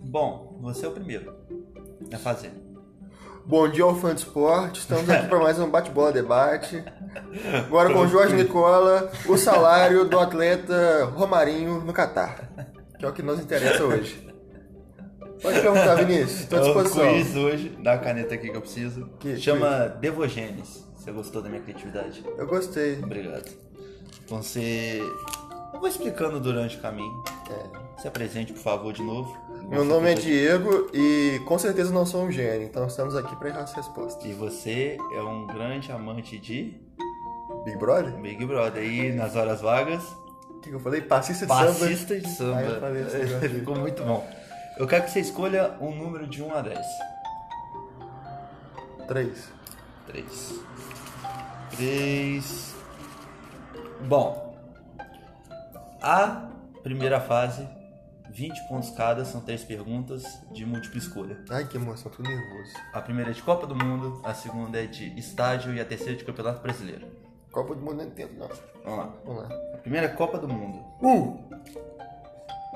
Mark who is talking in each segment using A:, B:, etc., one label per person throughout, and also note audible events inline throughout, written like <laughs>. A: Bom, você é o primeiro a fazer.
B: Bom dia, ao fã de esporte. Estamos aqui para mais um bate-bola debate. Agora com o Jorge Nicola, o salário do atleta Romarinho no Catar. Que é o que nos interessa hoje. Pode perguntar, Vinícius. Estou à disposição.
A: É um quiz hoje, dá a caneta aqui que eu preciso.
B: Que
A: Chama Devogenes. Você gostou da minha criatividade?
B: Eu gostei.
A: Obrigado. Você. Eu vou explicando durante o caminho. Se apresente, por favor, de novo.
B: É. Meu nome é Diego e com certeza não sou um gênio, então estamos aqui para errar as respostas.
A: E você é um grande amante de
B: Big Brother?
A: Big Brother. E nas horas vagas,
B: O que que eu falei? Passista de samba.
A: passista de
B: Ah, eu
A: samba.
B: falei
A: <laughs>
B: esse negócio aí.
A: Ficou muito bom. Eu quero que você escolha um número de 1 a 10.
B: 3.
A: 3. 3. Bom. A primeira fase, 20 pontos cada, são três perguntas de múltipla escolha.
B: Ai, que emoção, tô nervoso.
A: A primeira é de Copa do Mundo, a segunda é de estádio e a terceira é de Campeonato Brasileiro.
B: Copa do Mundo não entendo, não.
A: Vamos lá.
B: Vamos lá.
A: A primeira é Copa do Mundo.
B: Um.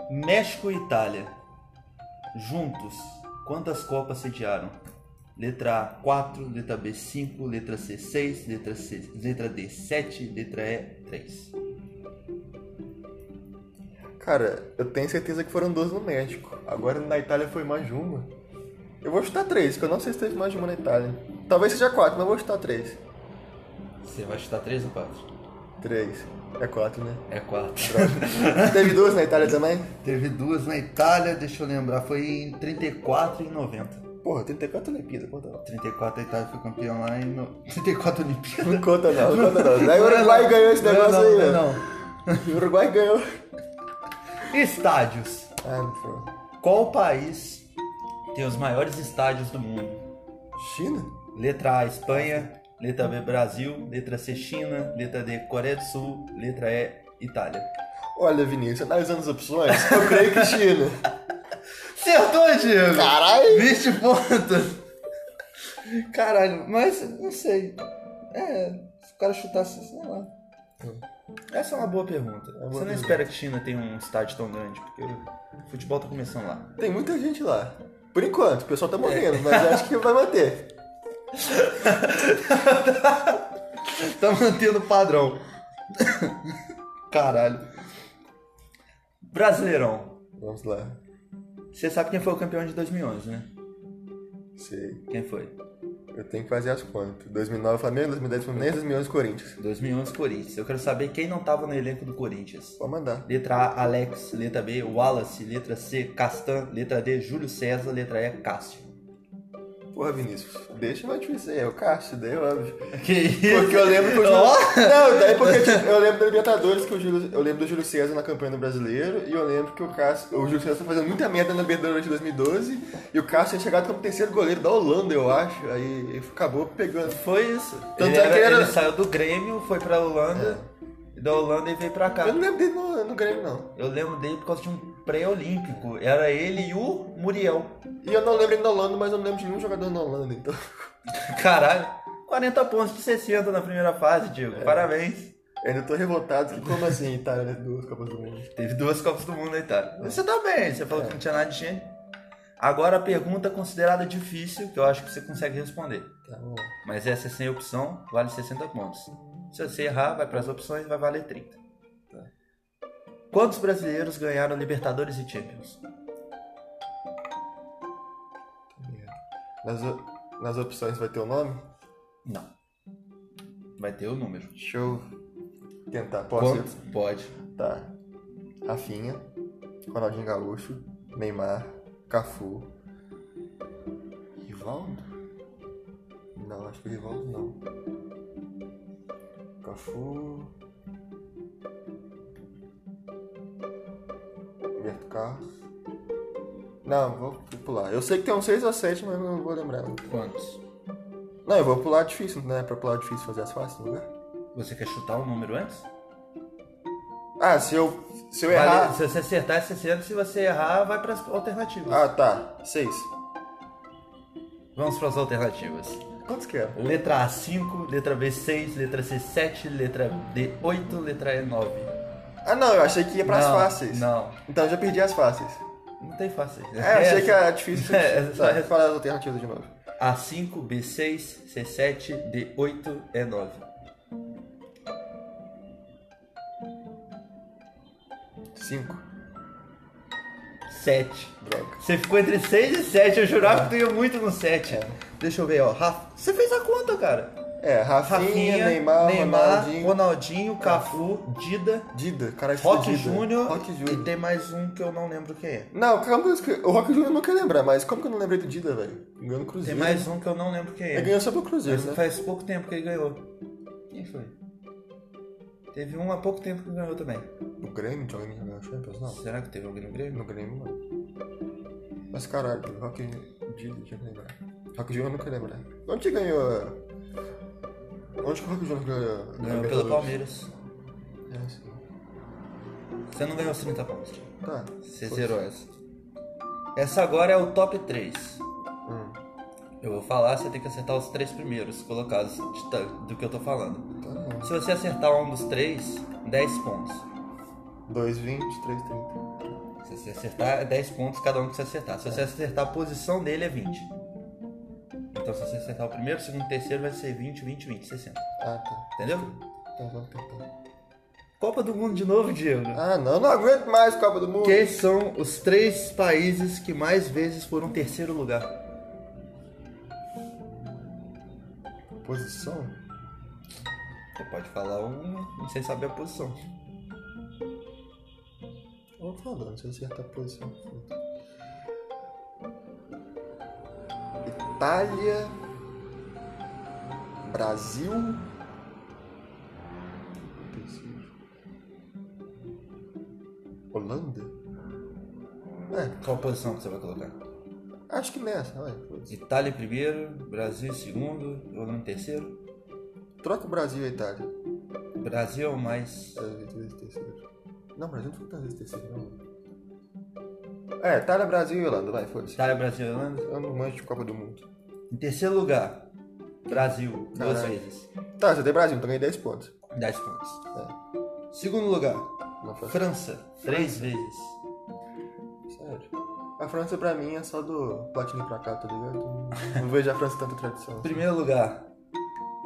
A: México e Itália. Juntos, quantas copas sediaram? Letra A 4, letra B 5, letra C 6, letra, C, letra D 7, letra E 3.
B: Cara, eu tenho certeza que foram duas no México. Agora na Itália foi mais de uma. Eu vou chutar três, porque eu não sei se teve mais de uma na Itália. Talvez seja quatro, mas eu vou chutar três.
A: Você vai chutar 3 ou 4?
B: Três. É quatro, né?
A: É 4.
B: teve duas na Itália também?
A: <laughs> Teve duas na Itália, deixa eu lembrar, foi em 34 e 90.
B: Porra, 34 Olimpíada, conta não.
A: 34 a Itália foi campeã lá em. no- <laughs> 34 Olimpíadas.
B: Não conta não, não conta não. Daí o Uruguai ganhou esse
A: Não,
B: negócio
A: não,
B: aí, né?
A: não,
B: não. O Uruguai ganhou.
A: não. Estádios.
B: Ah, não foi.
A: Qual país tem os maiores estádios do mundo?
B: China?
A: Letra A, Espanha. Letra B, Brasil. Letra C, China. Letra D, Coreia do Sul. Letra E, Itália.
B: Olha, Vinícius, analisando as opções, eu creio que China.
A: Acertou, Diego!
B: Caralho!
A: 20 pontos! Caralho, mas não sei. É, se o cara chutasse, sei lá. Essa é uma boa pergunta.
B: uma boa
A: Você não
B: pergunta.
A: espera que China tenha um estádio tão grande, porque o futebol tá começando lá.
B: Tem muita gente lá. Por enquanto, o pessoal tá morrendo, mas eu acho que vai manter.
A: Tá mantendo o padrão. Caralho. Brasileirão.
B: Vamos lá.
A: Você sabe quem foi o campeão de 2011, né?
B: Sei.
A: Quem foi?
B: Eu tenho que fazer as contas. 2009 Flamengo, 2010 Fluminense, 2011 Corinthians.
A: 2011, Corinthians. Eu quero saber quem não tava no elenco do Corinthians.
B: Pode mandar.
A: Letra A, Alex. Letra B, Wallace. Letra C, Castan. Letra D, Júlio César. Letra E, Cássio.
B: Porra, Vinícius, deixa eu te dizer, é o Cássio, daí óbvio.
A: Que isso?
B: Porque eu lembro que o Júlio...
A: Ó!
B: Não, daí porque tipo, eu lembro da Libertadores, que o Júlio... eu lembro do Júlio César na campanha do Brasileiro, e eu lembro que o Cássio... O Júlio César tá fazendo muita merda na Libertadores de 2012, e o Cássio tinha chegado como terceiro goleiro da Holanda, eu acho, aí ele acabou pegando...
A: Foi isso.
B: Tanto
A: ele,
B: é que
A: era-
B: era-
A: ele saiu do Grêmio, foi pra Holanda. E da Holanda ele veio pra cá.
B: Eu não lembro dele no, no Grêmio, não.
A: Eu lembro dele por causa de um pré-olímpico. Era ele e o Muriel. <laughs>
B: E eu não lembro ele na Holanda, mas eu não lembro de nenhum jogador na Holanda, então...
A: Caralho. 40 pontos de 60 na primeira fase, Diego. Parabéns.
B: Eu ainda tô revoltado, que como assim, Itália, né, duas Copas do Mundo?
A: Teve duas Copas do Mundo na Itália. Você tá bem, você falou que não tinha nada de gênio. Agora a pergunta considerada difícil, que eu acho que você consegue responder.
B: Tá, vamos lá.
A: Mas essa é sem opção, vale 60 pontos. Se você errar, vai para as opções e vai valer 30. Quantos brasileiros ganharam Libertadores e Champions?
B: Nas, o- nas opções vai ter o nome?
A: Não. Vai ter o número.
B: Deixa eu tentar. Posso?
A: Quantos? Pode.
B: Tá. Rafinha, Ronaldinho Gaúcho, Neymar, Cafu. Rivaldo? Não, acho que o Rivaldo não. Cafu. Roberto Carlos. Não, vou pular. Eu sei que tem um 6 ou 7, mas não vou lembrar. não.
A: Quantos?
B: Não, eu vou pular difícil, né? Pra pular difícil fazer as tá fáceis no lugar.
A: Você quer chutar o número antes?
B: Ah, se eu, se eu
A: Vale-
B: errar.
A: se você acertar é 60, se você errar, vai para as alternativas.
B: Ah, tá. Seis.
A: Vamos para as alternativas.
B: Quantos que é? era?
A: Letra A, 5. Letra B, 6. Letra C, 7. Letra D, 8. Letra E, 9.
B: Ah, não, eu achei que ia pras fáceis.
A: Não.
B: Então eu já perdi as fáceis.
A: Não tem fácil.
B: É,
A: <laughs>
B: achei que era difícil.
A: É, só
B: Tá, falar as alternativas de novo.
A: A5, B6, C7, D8, E9.
B: 5.
A: 7.
B: Droga.
A: Você ficou entre 6 e 7, eu jurava que tu ia muito no 7. Deixa eu ver, ó. Rafa, você fez a conta, cara.
B: É, Rafinha, Neymar, Ronaldinho,
A: Ronaldinho, Cafu, Dida,
B: Dida, cara,
A: Rock
B: Dida.
A: Júnior
B: Rock
A: e
B: Júnior.
A: tem mais um que eu não lembro quem é.
B: Não, calma, o Rock Júnior eu não quer lembrar, mas como que eu não lembrei do Dida, velho? Ganhou no
A: Tem
B: Cruzeiro.
A: mais um que eu não lembro quem
B: Ele
A: é.
B: ganhou só pro Cruzeiro,
A: Mas
B: né?
A: Faz pouco tempo que ele ganhou. Quem foi? Teve um há pouco tempo que ganhou também.
B: No Grêmio, de alguém que ganhou Champions? Não.
A: Será que teve alguém no Grêmio?
B: No Grêmio, mano. Mas caralho, Rock Júnior, deixa eu lembrar. Rock Júnior eu não quer lembrar. Onde que ganhou... a- Onde que o Rock Júnior ganhou? a
A: Ganhou pelo
B: Libertadores?
A: Palmeiras.
B: É, sim.
A: Você não ganhou os 30 pontos.
B: Tá.
A: Você
B: Foda-se.
A: zerou essa. Essa agora é o top 3.
B: Hum,
A: Eu vou falar, você tem que acertar os três primeiros colocados de ta- do que eu tô falando.
B: tá bom.
A: Se você acertar um dos três, 10 pontos.
B: 2, 20, 3, 30.
A: Se você acertar, é 10 pontos cada um que você acertar. Se você acertar a posição dele, é 20. Então, se você acertar o primeiro, o segundo, o terceiro, vai ser 20, 20, 20, 60.
B: Ah, tá.
A: Entendeu?
B: Tá, vamos tentar.
A: Copa do Mundo de novo, Diego.
B: Ah, não, não aguento mais Copa do Mundo.
A: Quem são os três países que mais vezes foram terceiro lugar?
B: Posição?
A: Você pode falar um sem saber a posição.
B: Eu vou falando, se eu acertar a posição. foda. Itália. Brasil. Brasil. Holanda? É,
A: Qual posição que você vai colocar?
B: acho que nessa, vai. foda-se.
A: Itália em primeiro, Brasil em segundo, Holanda em terceiro.
B: Troca o Brasil e a Itália.
A: Brasil é o mais.
B: Tá, vezes terceiro. Não, Brasil não foi tantas vezes terceiro, não. É, Itália, Brasil e Holanda, vai, foda-se.
A: Itália, Brasil e Holanda.
B: Eu não manjo de Copa do Mundo.
A: Em terceiro lugar, Brasil, duas
B: Caralho.
A: vezes.
B: Tá, você tem Brasil, então ganhei 10 pontos.
A: 10 pontos. tá. Segundo lugar,
B: Não foi
A: França, três vezes.
B: sério. A França pra mim é só do Platini pra cá, tá ligado? Não vejo a França tanta tradição.
A: Primeiro lugar,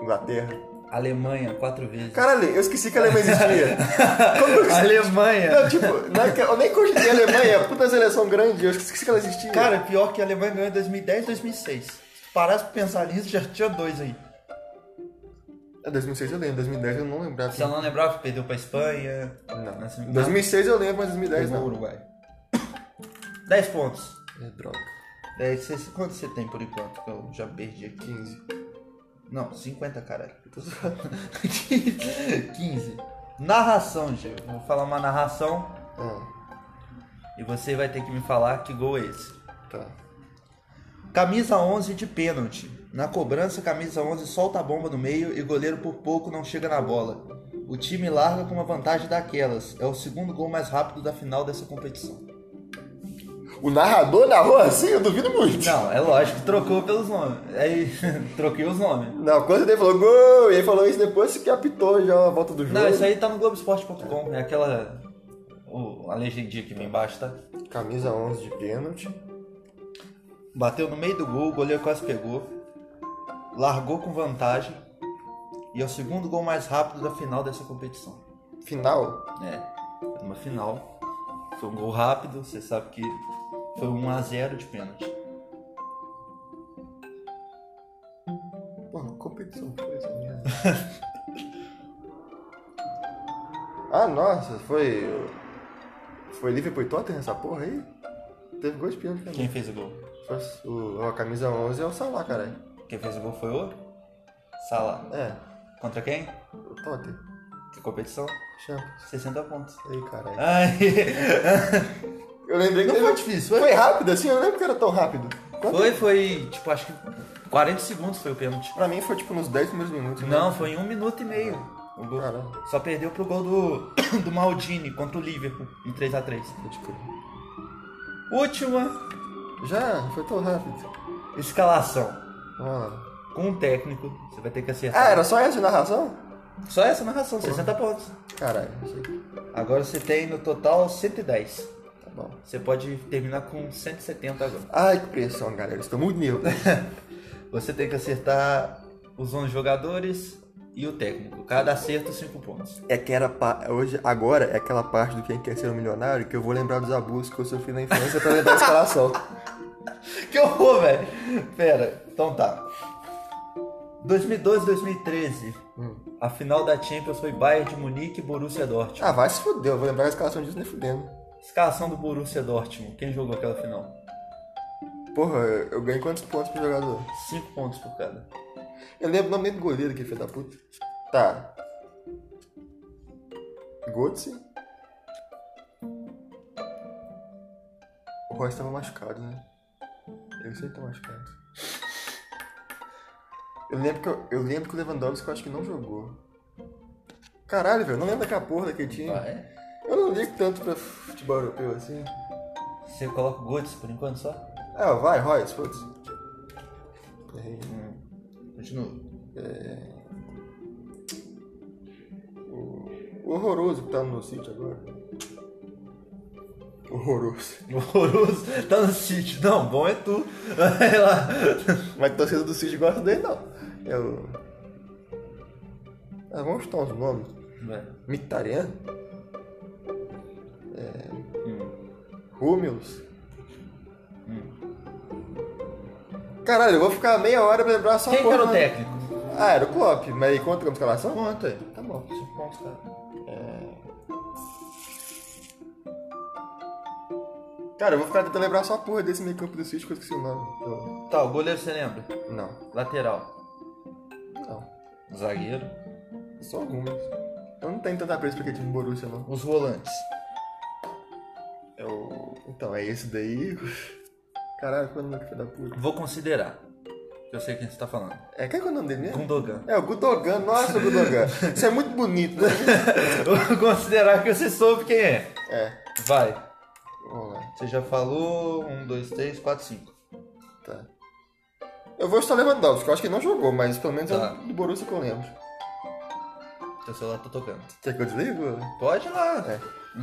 B: Inglaterra.
A: Alemanha, quatro vezes.
B: Caralho, eu esqueci que a Alemanha existia. Como que...
A: <laughs> Alemanha!
B: Não, tipo, não é que- eu nem cogitei a Alemanha, puta seleção grande, eu esqueci que ela existia.
A: Cara, pior que a Alemanha ganhou em 2010 2006. Se parasse pra pensar nisso, já tinha dois aí.
B: É, 2006 eu lembro, 2010 eu não lembrava.
A: Se ela não lembrava, perdeu pra Espanha.
B: Não.
A: Nessa-
B: 2006 eu lembro, mas 2010
A: Pegou o
B: não.
A: Uruguai. 10 pontos.
B: É droga.
A: Dez, seis, quanto você tem por enquanto? Que eu já perdi aqui.
B: 15.
A: Não, 50, caralho. <laughs> 15. Narração, Gil. Vou falar uma narração
B: Ah,
A: e você vai ter que me falar que gol é esse.
B: tá.
A: Camisa 11 de pênalti. Na cobrança, camisa 11 solta a bomba no meio e goleiro por pouco não chega na bola. O time larga com uma vantagem daquelas. É o segundo gol mais rápido da final dessa competição.
B: O narrador narrou assim? Eu duvido muito.
A: Não, é lógico, trocou pelos nomes. Aí, <laughs> troquei os nomes.
B: Não, quando ele falou gol, e ele falou isso depois que apitou já a volta do jogo.
A: Não, isso aí tá no Globoesporte.com. É aquela. o- a legendinha aqui embaixo, tá?
B: Camisa 11 de pênalti.
A: Bateu no meio do gol, o goleiro quase pegou. Largou com vantagem. E é o segundo gol mais rápido da final dessa competição.
B: Final.
A: É, uma final. Foi um gol rápido, você sabe que foi um 1x0 de pênalti.
B: Pô, <laughs> competição foi essa merda? ah, nossa, foi... Foi Liverpool e Tottenham essa porra aí? Teve gol de pênalti também.
A: Quem fez o gol?
B: Foi o, a camisa 11 é o Salah, caralho.
A: Quem fez o gol foi o Salah.
B: É,
A: Contra quem?
B: o Tottenham.
A: Que competição?
B: Champions.
A: 60 pontos.
B: Aí, caralho.
A: Ai,
B: Eu lembrei que
A: não foi
B: teve... um-
A: difícil,
B: Foi
A: foi?
B: rápido assim? Eu não lembro que era tão rápido. Quanto-
A: Foi, foi, tipo, acho que 40 segundos foi o pênalti.
B: Pra mim foi tipo nos 10 primeiros minutos. né?
A: Não, foi em 1 minuto e meio o gol.
B: Caralho.
A: Só perdeu pro gol do, <coughs> do Maldini contra o Liverpool em 3x3.
B: Pode crer.
A: Última
B: Já, foi tão rápido.
A: escalação.
B: Ah.
A: Com um técnico, você vai ter que acertar.
B: ah, era só essa a narração?
A: Só essa narração, 60 pontos.
B: Caralho, achei que-
A: Agora você tem no total 110.
B: tá bom.
A: Você pode terminar com 170 agora.
B: Ai, que pressão, galera. Estou muito nervoso.
A: Você tem que acertar os 11 jogadores e o técnico. Cada acerto, 5 pontos.
B: É que era pa- hoje, agora é aquela parte do quem quer ser um milionário que eu vou lembrar dos abusos que eu sofri na infância pra lembrar a escalação.
A: Que horror, velho. Pera, então tá. 2012, 2013. A final da Champions foi Bayern de Munique e Borussia Dortmund.
B: Ah, vai se fuder, eu vou lembrar a escalação disso nem fudendo.
A: Escalação do Borussia Dortmund. Quem jogou aquela final?
B: Porra, eu ganhei quantos pontos pro jogador?
A: 5 pontos por cada.
B: Eu lembro o nome nem do goleiro que filho da puta. Tá. Götze. O Royce tava machucado, né? Eu sei que tá machucado. Eu lembro que, eu, eu lembro que o Lewandowski eu acho que não jogou. Caralho, velho, eu não lembro daquela porra daquele time.
A: Ah, é?
B: Eu não ligo tanto pra futebol europeu assim.
A: Você coloca o Götze por enquanto só?
B: Ah, vai, Royce, foda-se. Errei.
A: Continua. <laughs>
B: O horroroso que tá no sítio agora. Horroroso.
A: Horroroso. Tá no sítio. Não, bom é tu. Vai lá.
B: Mas torcida do sítio gosta dele não. É o. Ah, vamos chutar uns nomes.
A: Vai.
B: Mictarian? É. Rúmios? Caralho, eu vou ficar meia hora pra lembrar só
A: Quem que
B: porra
A: era o
B: do-
A: técnico?
B: Ah, era o Klopp, mas ele conta como escalação?
A: Conta aí.
B: Tá bom.
A: 5 pontos, cara.
B: Cara, eu vou ficar tentando lembrar só a porra desse meio campo do sítio que eu esqueci o nome. Eu-
A: Tá, o goleiro você lembra?
B: Não,
A: Lateral.
B: não.
A: Zagueiro.
B: Só algumas. Eu não tenho tanta presa pra aquele time do Borussia, não.
A: Os volantes.
B: É o. Então, é esse daí. Caralho, qual é o nome que foi da puta?
A: Vou considerar. Eu sei quem você tá falando.
B: É, qual é que é o nome dele mesmo?
A: Gundogan.
B: É, o Gudogan, nossa, o Gudogan. Isso é muito bonito, né?
A: Vou <laughs> considerar que você soube quem é.
B: É,
A: Vai.
B: vamos lá,
A: Você já falou. Um, dois, três, quatro, cinco.
B: tá. Eu vou estar Lewandowski, que eu acho que ele não jogou, mas pelo menos
A: Tá.
B: é o do Borussia que eu lembro.
A: Teu celular tá tocando.
B: Quer que eu desligo?
A: Pode ir lá.
B: É.
A: <laughs>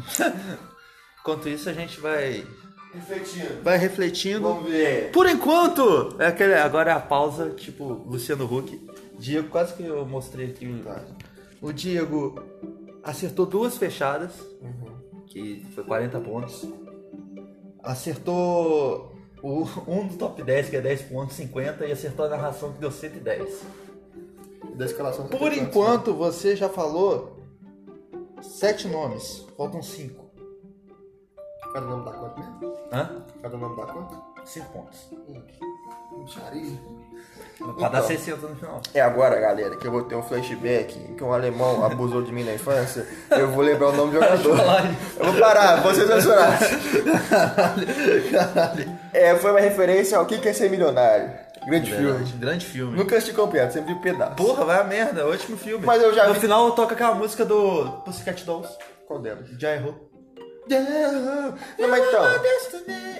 A: Enquanto isso, a gente vai.
B: Refletindo.
A: Vai refletindo.
B: Vamos ver.
A: Por enquanto! É aquele, agora é a pausa, tipo, Luciano Huck. Diego, quase que eu mostrei aqui. o-
B: Tá.
A: O Diego acertou duas fechadas,
B: Uhum.
A: que foi 40 pontos. Acertou o, um do top 10, que é 10 pontos, 50, e acertou a narração, que deu 110.
B: Da escalação.
A: Por enquanto, você já falou sete nomes, faltam cinco.
B: Cada nome da conta mesmo?
A: Hã?
B: Cada nome da conta?
A: Cinco pontos.
B: Puxaria.
A: Pra dar
B: Então.
A: 60 no final.
B: É agora, galera, que eu vou ter um flashback em que um alemão abusou de mim na infância. Eu vou lembrar o nome do jogador. Eu vou parar, vou ser censurado. É, foi uma referência ao que quer ser milionário. Grande filme.
A: Grande filme.
B: Nunca assisti completo, sempre vi pedaço.
A: Porra, vai a merda, ótimo filme.
B: Mas eu já
A: No
B: vi-
A: final toca aquela música do Pussycat Dolls.
B: Qual delas?
A: Já errou.
B: Não, mas então.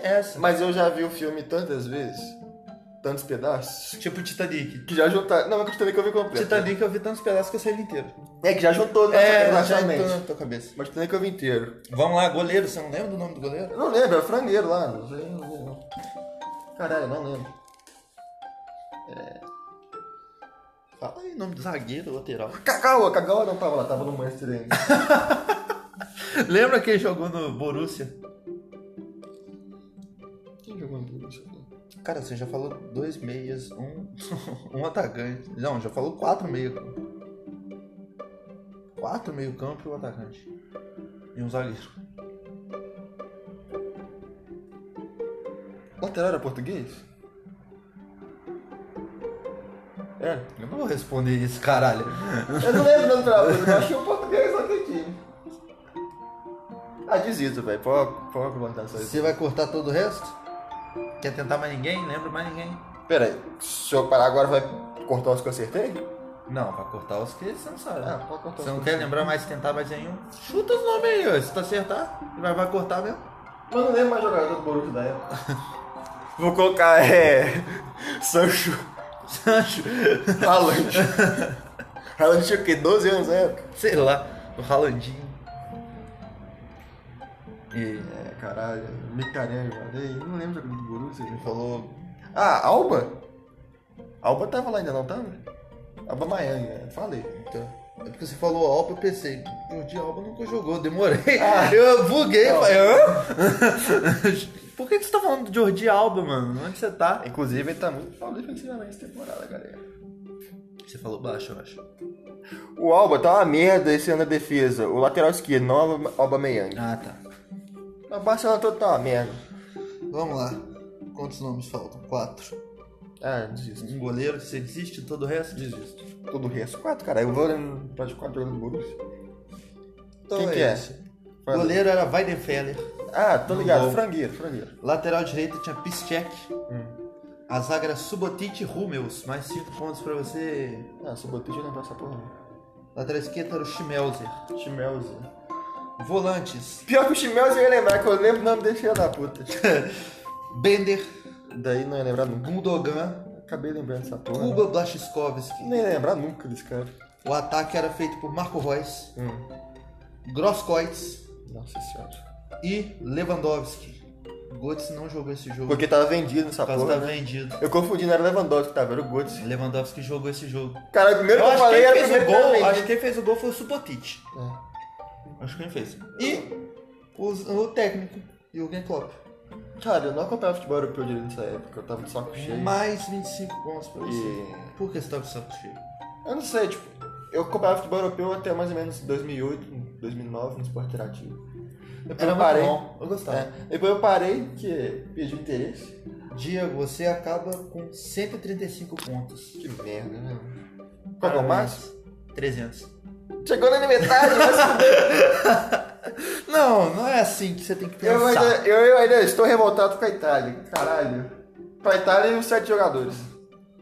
A: Essa.
B: Mas eu já vi o filme tantas vezes, tantos pedaços,
A: Tipo Titanic.
B: que já juntaram. Não, mas que eu vi completo.
A: Titanic eu vi tantos pedaços que eu sei ele inteiro.
B: tá É que já juntou, né? exatamente.
A: entrou na tua cabeça.
B: Mas Titanic eu vi inteiro.
A: Vamos lá, goleiro, você não lembra do nome do goleiro?
B: Eu não lembro, era frangueiro lá. Não sei, não lembro. não. Caralho, eu não lembro.
A: Fala aí, nome do zagueiro, lateral.
B: Cacau, Cacau não tava lá, tava no Manchester ainda.
A: <laughs> Lembra que ele jogou no Borussia?
B: Quem jogou no Borussia?
A: Cara, você já falou dois meias, um, <laughs> um atacante. Não, já falou quatro meio campo. Quatro meio campo e um atacante. E um zagueiro.
B: Lateral era português? Era?
A: Eu não vou responder isso, caralho.
B: É. Eu não lembro do lateral, mas eu achei um português naquele time. Ah, desisto, velho. Pode, pode levantar essa
A: Você vai cortar todo o resto? Quer tentar mais ninguém? Lembra mais ninguém?
B: Pera aí, se eu parar agora vai cortar os que eu acertei?
A: Não, vai cortar os que você não sabe.
B: Ah, pode cortar
A: você
B: os
A: não
B: que
A: quer lembrar mais, tá, tentar mais nenhum? um. Chuta os nomes aí, ó. Se tu acertar, vai, vai cortar mesmo.
B: Mas eu não lembro mais jogador do Borussia da época. <laughs> Vou colocar, é... Sancho
A: Sancho.
B: <laughs> Haaland. <laughs> Haaland tinha o quê? 12 anos na época?
A: Sei lá, o Ralandinho. E
B: É, caralho. Mictarelli, Vadei. Não lembro do Borussia.
A: ele falou.
B: Ah, Alba? Alba tava lá ainda, não tava? Alba Miami, né? falei.
A: Então, é porque você falou Alba, eu pensei, o dia Alba nunca jogou, demorei. <laughs>
B: Ah.
A: eu buguei,
B: Não.
A: falei, hã? <laughs> Por que, que você tá falando de Jordi Alba, mano? Onde você tá?
B: Inclusive, ele tá muito mal defensivamente essa temporada, galera.
A: Você falou baixo, eu acho.
B: O Alba tá uma merda esse ano na defesa. O lateral esquerdo, não o Alba Meyang.
A: Ah, tá.
B: A Barcelona toda tá uma merda.
A: Vamos lá. Quantos nomes faltam? Quatro.
B: Ah, desisto.
A: Um goleiro, você desiste, todo o resto? Desisto.
B: Todo o resto. é Quatro, cara. Eu vou no de quatro jogando do Borussia.
A: Então
B: Quem
A: é
B: que é?
A: esse. Goleiro era Weidenfeller.
B: Ah, tô ligado.
A: gol.
B: Frangueiro, frangueiro.
A: Lateral direita tinha Piszczek. A zaga era Subotic e Hummels. Mais cinco pontos pra você.
B: Ah, Subotic não passa porra. não.
A: Lateral esquerda era o Schmelzer.
B: Chimelze.
A: Volantes.
B: Pior que o Chimelze eu ia lembrar, que eu lembro o nome dele, filho da puta.
A: Bender,
B: Daí não ia lembrar nunca.
A: Gundogan,
B: Acabei lembrando dessa porra.
A: Kuba Blaschkowski.
B: Não ia lembrar nunca desse cara.
A: O ataque era feito por Marco Reus,
B: Hum.
A: Grosskreutz
B: Nossa senhora.
A: e Lewandowski. Götze não jogou esse jogo
B: Porque tava vendido nessa
A: por causa
B: porra.
A: da
B: né?
A: vendido.
B: Eu confundi, não era Lewandowski, tava, era o Götze.
A: Lewandowski jogou esse jogo.
B: Cara, o primeiro
A: Eu
B: que eu
A: acho que
B: falei
A: quem
B: era o
A: fez o
B: primeiro que
A: gol,
B: tava
A: acho que
B: vendido.
A: quem fez o gol foi o Subotic.
B: É.
A: Acho que quem fez. E os- o, técnico, Jürgen Klopp.
B: Cara, eu não acompanhava futebol europeu direito nessa época, eu tava de saco cheio.
A: Mais 25 pontos pra você.
B: E...
A: Por que você tava com o saco cheio?
B: Eu não sei, tipo, eu acompanhava futebol europeu até mais ou menos 2008, 2009, no esporte interativo. Depois
A: Era
B: eu
A: muito
B: parei.
A: bom, eu gostava.
B: É, depois eu parei, que perdi o interesse.
A: Diego, você acaba com 135 pontos.
B: Que merda, né? Qual que é o máximo?
A: 300.
B: Chegou na metade, mas
A: Não, não é assim que você tem que
B: eu,
A: pensar.
B: ainda, eu, eu ainda estou revoltado com a Itália. Caralho. Com a Itália e os sete jogadores.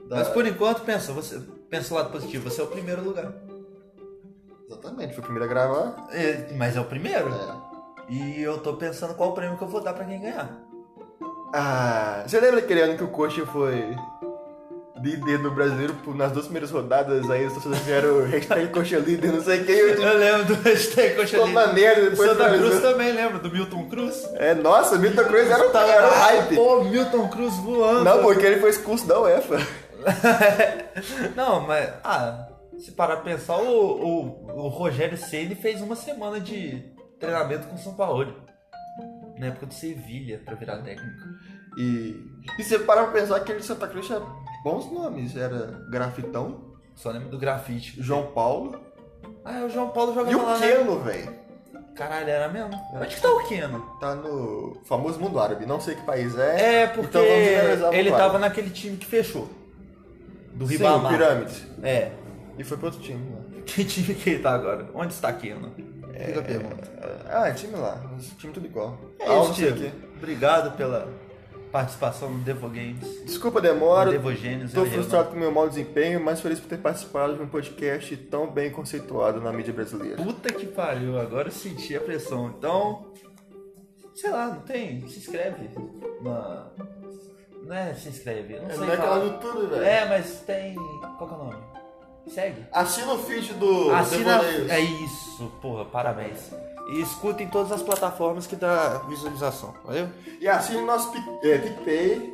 A: Tá. Mas por enquanto, pensa, você, pensa o lado positivo, você é o primeiro lugar.
B: Exatamente, fui o primeiro a gravar.
A: É, mas é o primeiro.
B: É.
A: E eu tô pensando qual prêmio que eu vou dar pra quem ganhar.
B: Ah, você lembra aquele ano que o Coxa foi líder no brasileiro por- nas duas primeiras rodadas? Aí os torcedores vieram <laughs> hashtag Coxa líder, não sei quem. Eu
A: Eu lembro do hashtag Coxa
B: ficou
A: Livre.
B: maneiro depois
A: Santa
B: do
A: Cruz também lembra, do Milton Cruz.
B: É, nossa, Milton Cruz era, o era o hype.
A: Pô, Milton Cruz voando.
B: Não, porque ele foi expulso da UEFA.
A: Não, mas. Ah, se parar pra pensar, o, o, o Rogério Ceni fez uma semana de treinamento com o São Paulo. Na época do Sevilha, pra virar técnico.
B: E, e você para pra pensar que ele de Santa Cruz tinha bons nomes. Era Grafitão,
A: Só lembro do grafite.
B: João Paulo
A: Ah, o João Paulo jogava
B: e
A: lá,
B: o
A: né?
B: Keno, É. velho.
A: Caralho, era mesmo? Onde que tá o Keno?
B: Tá no famoso mundo árabe. Não sei que país é.
A: É, porque
B: Então vamos generalizar pro
A: ele
B: Vale.
A: tava naquele time que fechou. Do
B: Sim,
A: Ribamar.
B: Pirâmide.
A: É. <laughs>
B: E foi pro outro time lá.
A: Que time que ele tá agora? Onde está Keno? Fica a pergunta.
B: Ah, é time lá. Os time tudo igual.
A: É
B: Ah,
A: isso,
B: não sei o
A: Diego.
B: quê.
A: Obrigado pela participação no Devo Games.
B: Desculpa a demora.
A: Devogênios.
B: Estou frustrado com o meu mau desempenho, mas feliz por ter participado de um podcast tão bem conceituado na mídia brasileira.
A: Puta que pariu, agora eu senti a pressão. Então, sei lá, não tem. Se inscreve na. Não é se inscreve, não sei. falar.
B: YouTube,
A: é, mas tem. Qual que é o nome? Segue.
B: Assina o feed do
A: Assina.
B: Devaneios.
A: É isso, porra, parabéns. E escuta em todas as plataformas que dá visualização, valeu?
B: E assim o nosso Pic- é, PicPay.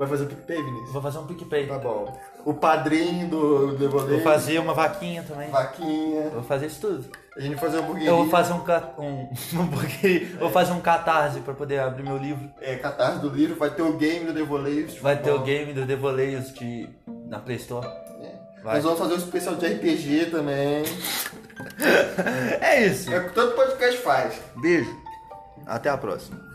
B: Vai fazer o PicPay, Vinícius?
A: Vou fazer um PicPay.
B: Tá bom. O padrinho do
A: Vou
B: Devoneio.
A: fazer uma vaquinha também.
B: Vaquinha.
A: Vou fazer isso tudo.
B: A gente vai fazer hamburgueria.
A: Eu vou fazer um. ca- um, <laughs> um hamburgueria. Vou fazer um catarse pra poder abrir meu livro.
B: É, catarse do livro. Vai ter o game do Devoneio.
A: Vai ter o game do Devoleios de... na Play Store. Vai.
B: Nós vamos fazer um especial de RPG também.
A: É isso. É
B: É o que todo podcast faz.
A: Beijo. Até a próxima.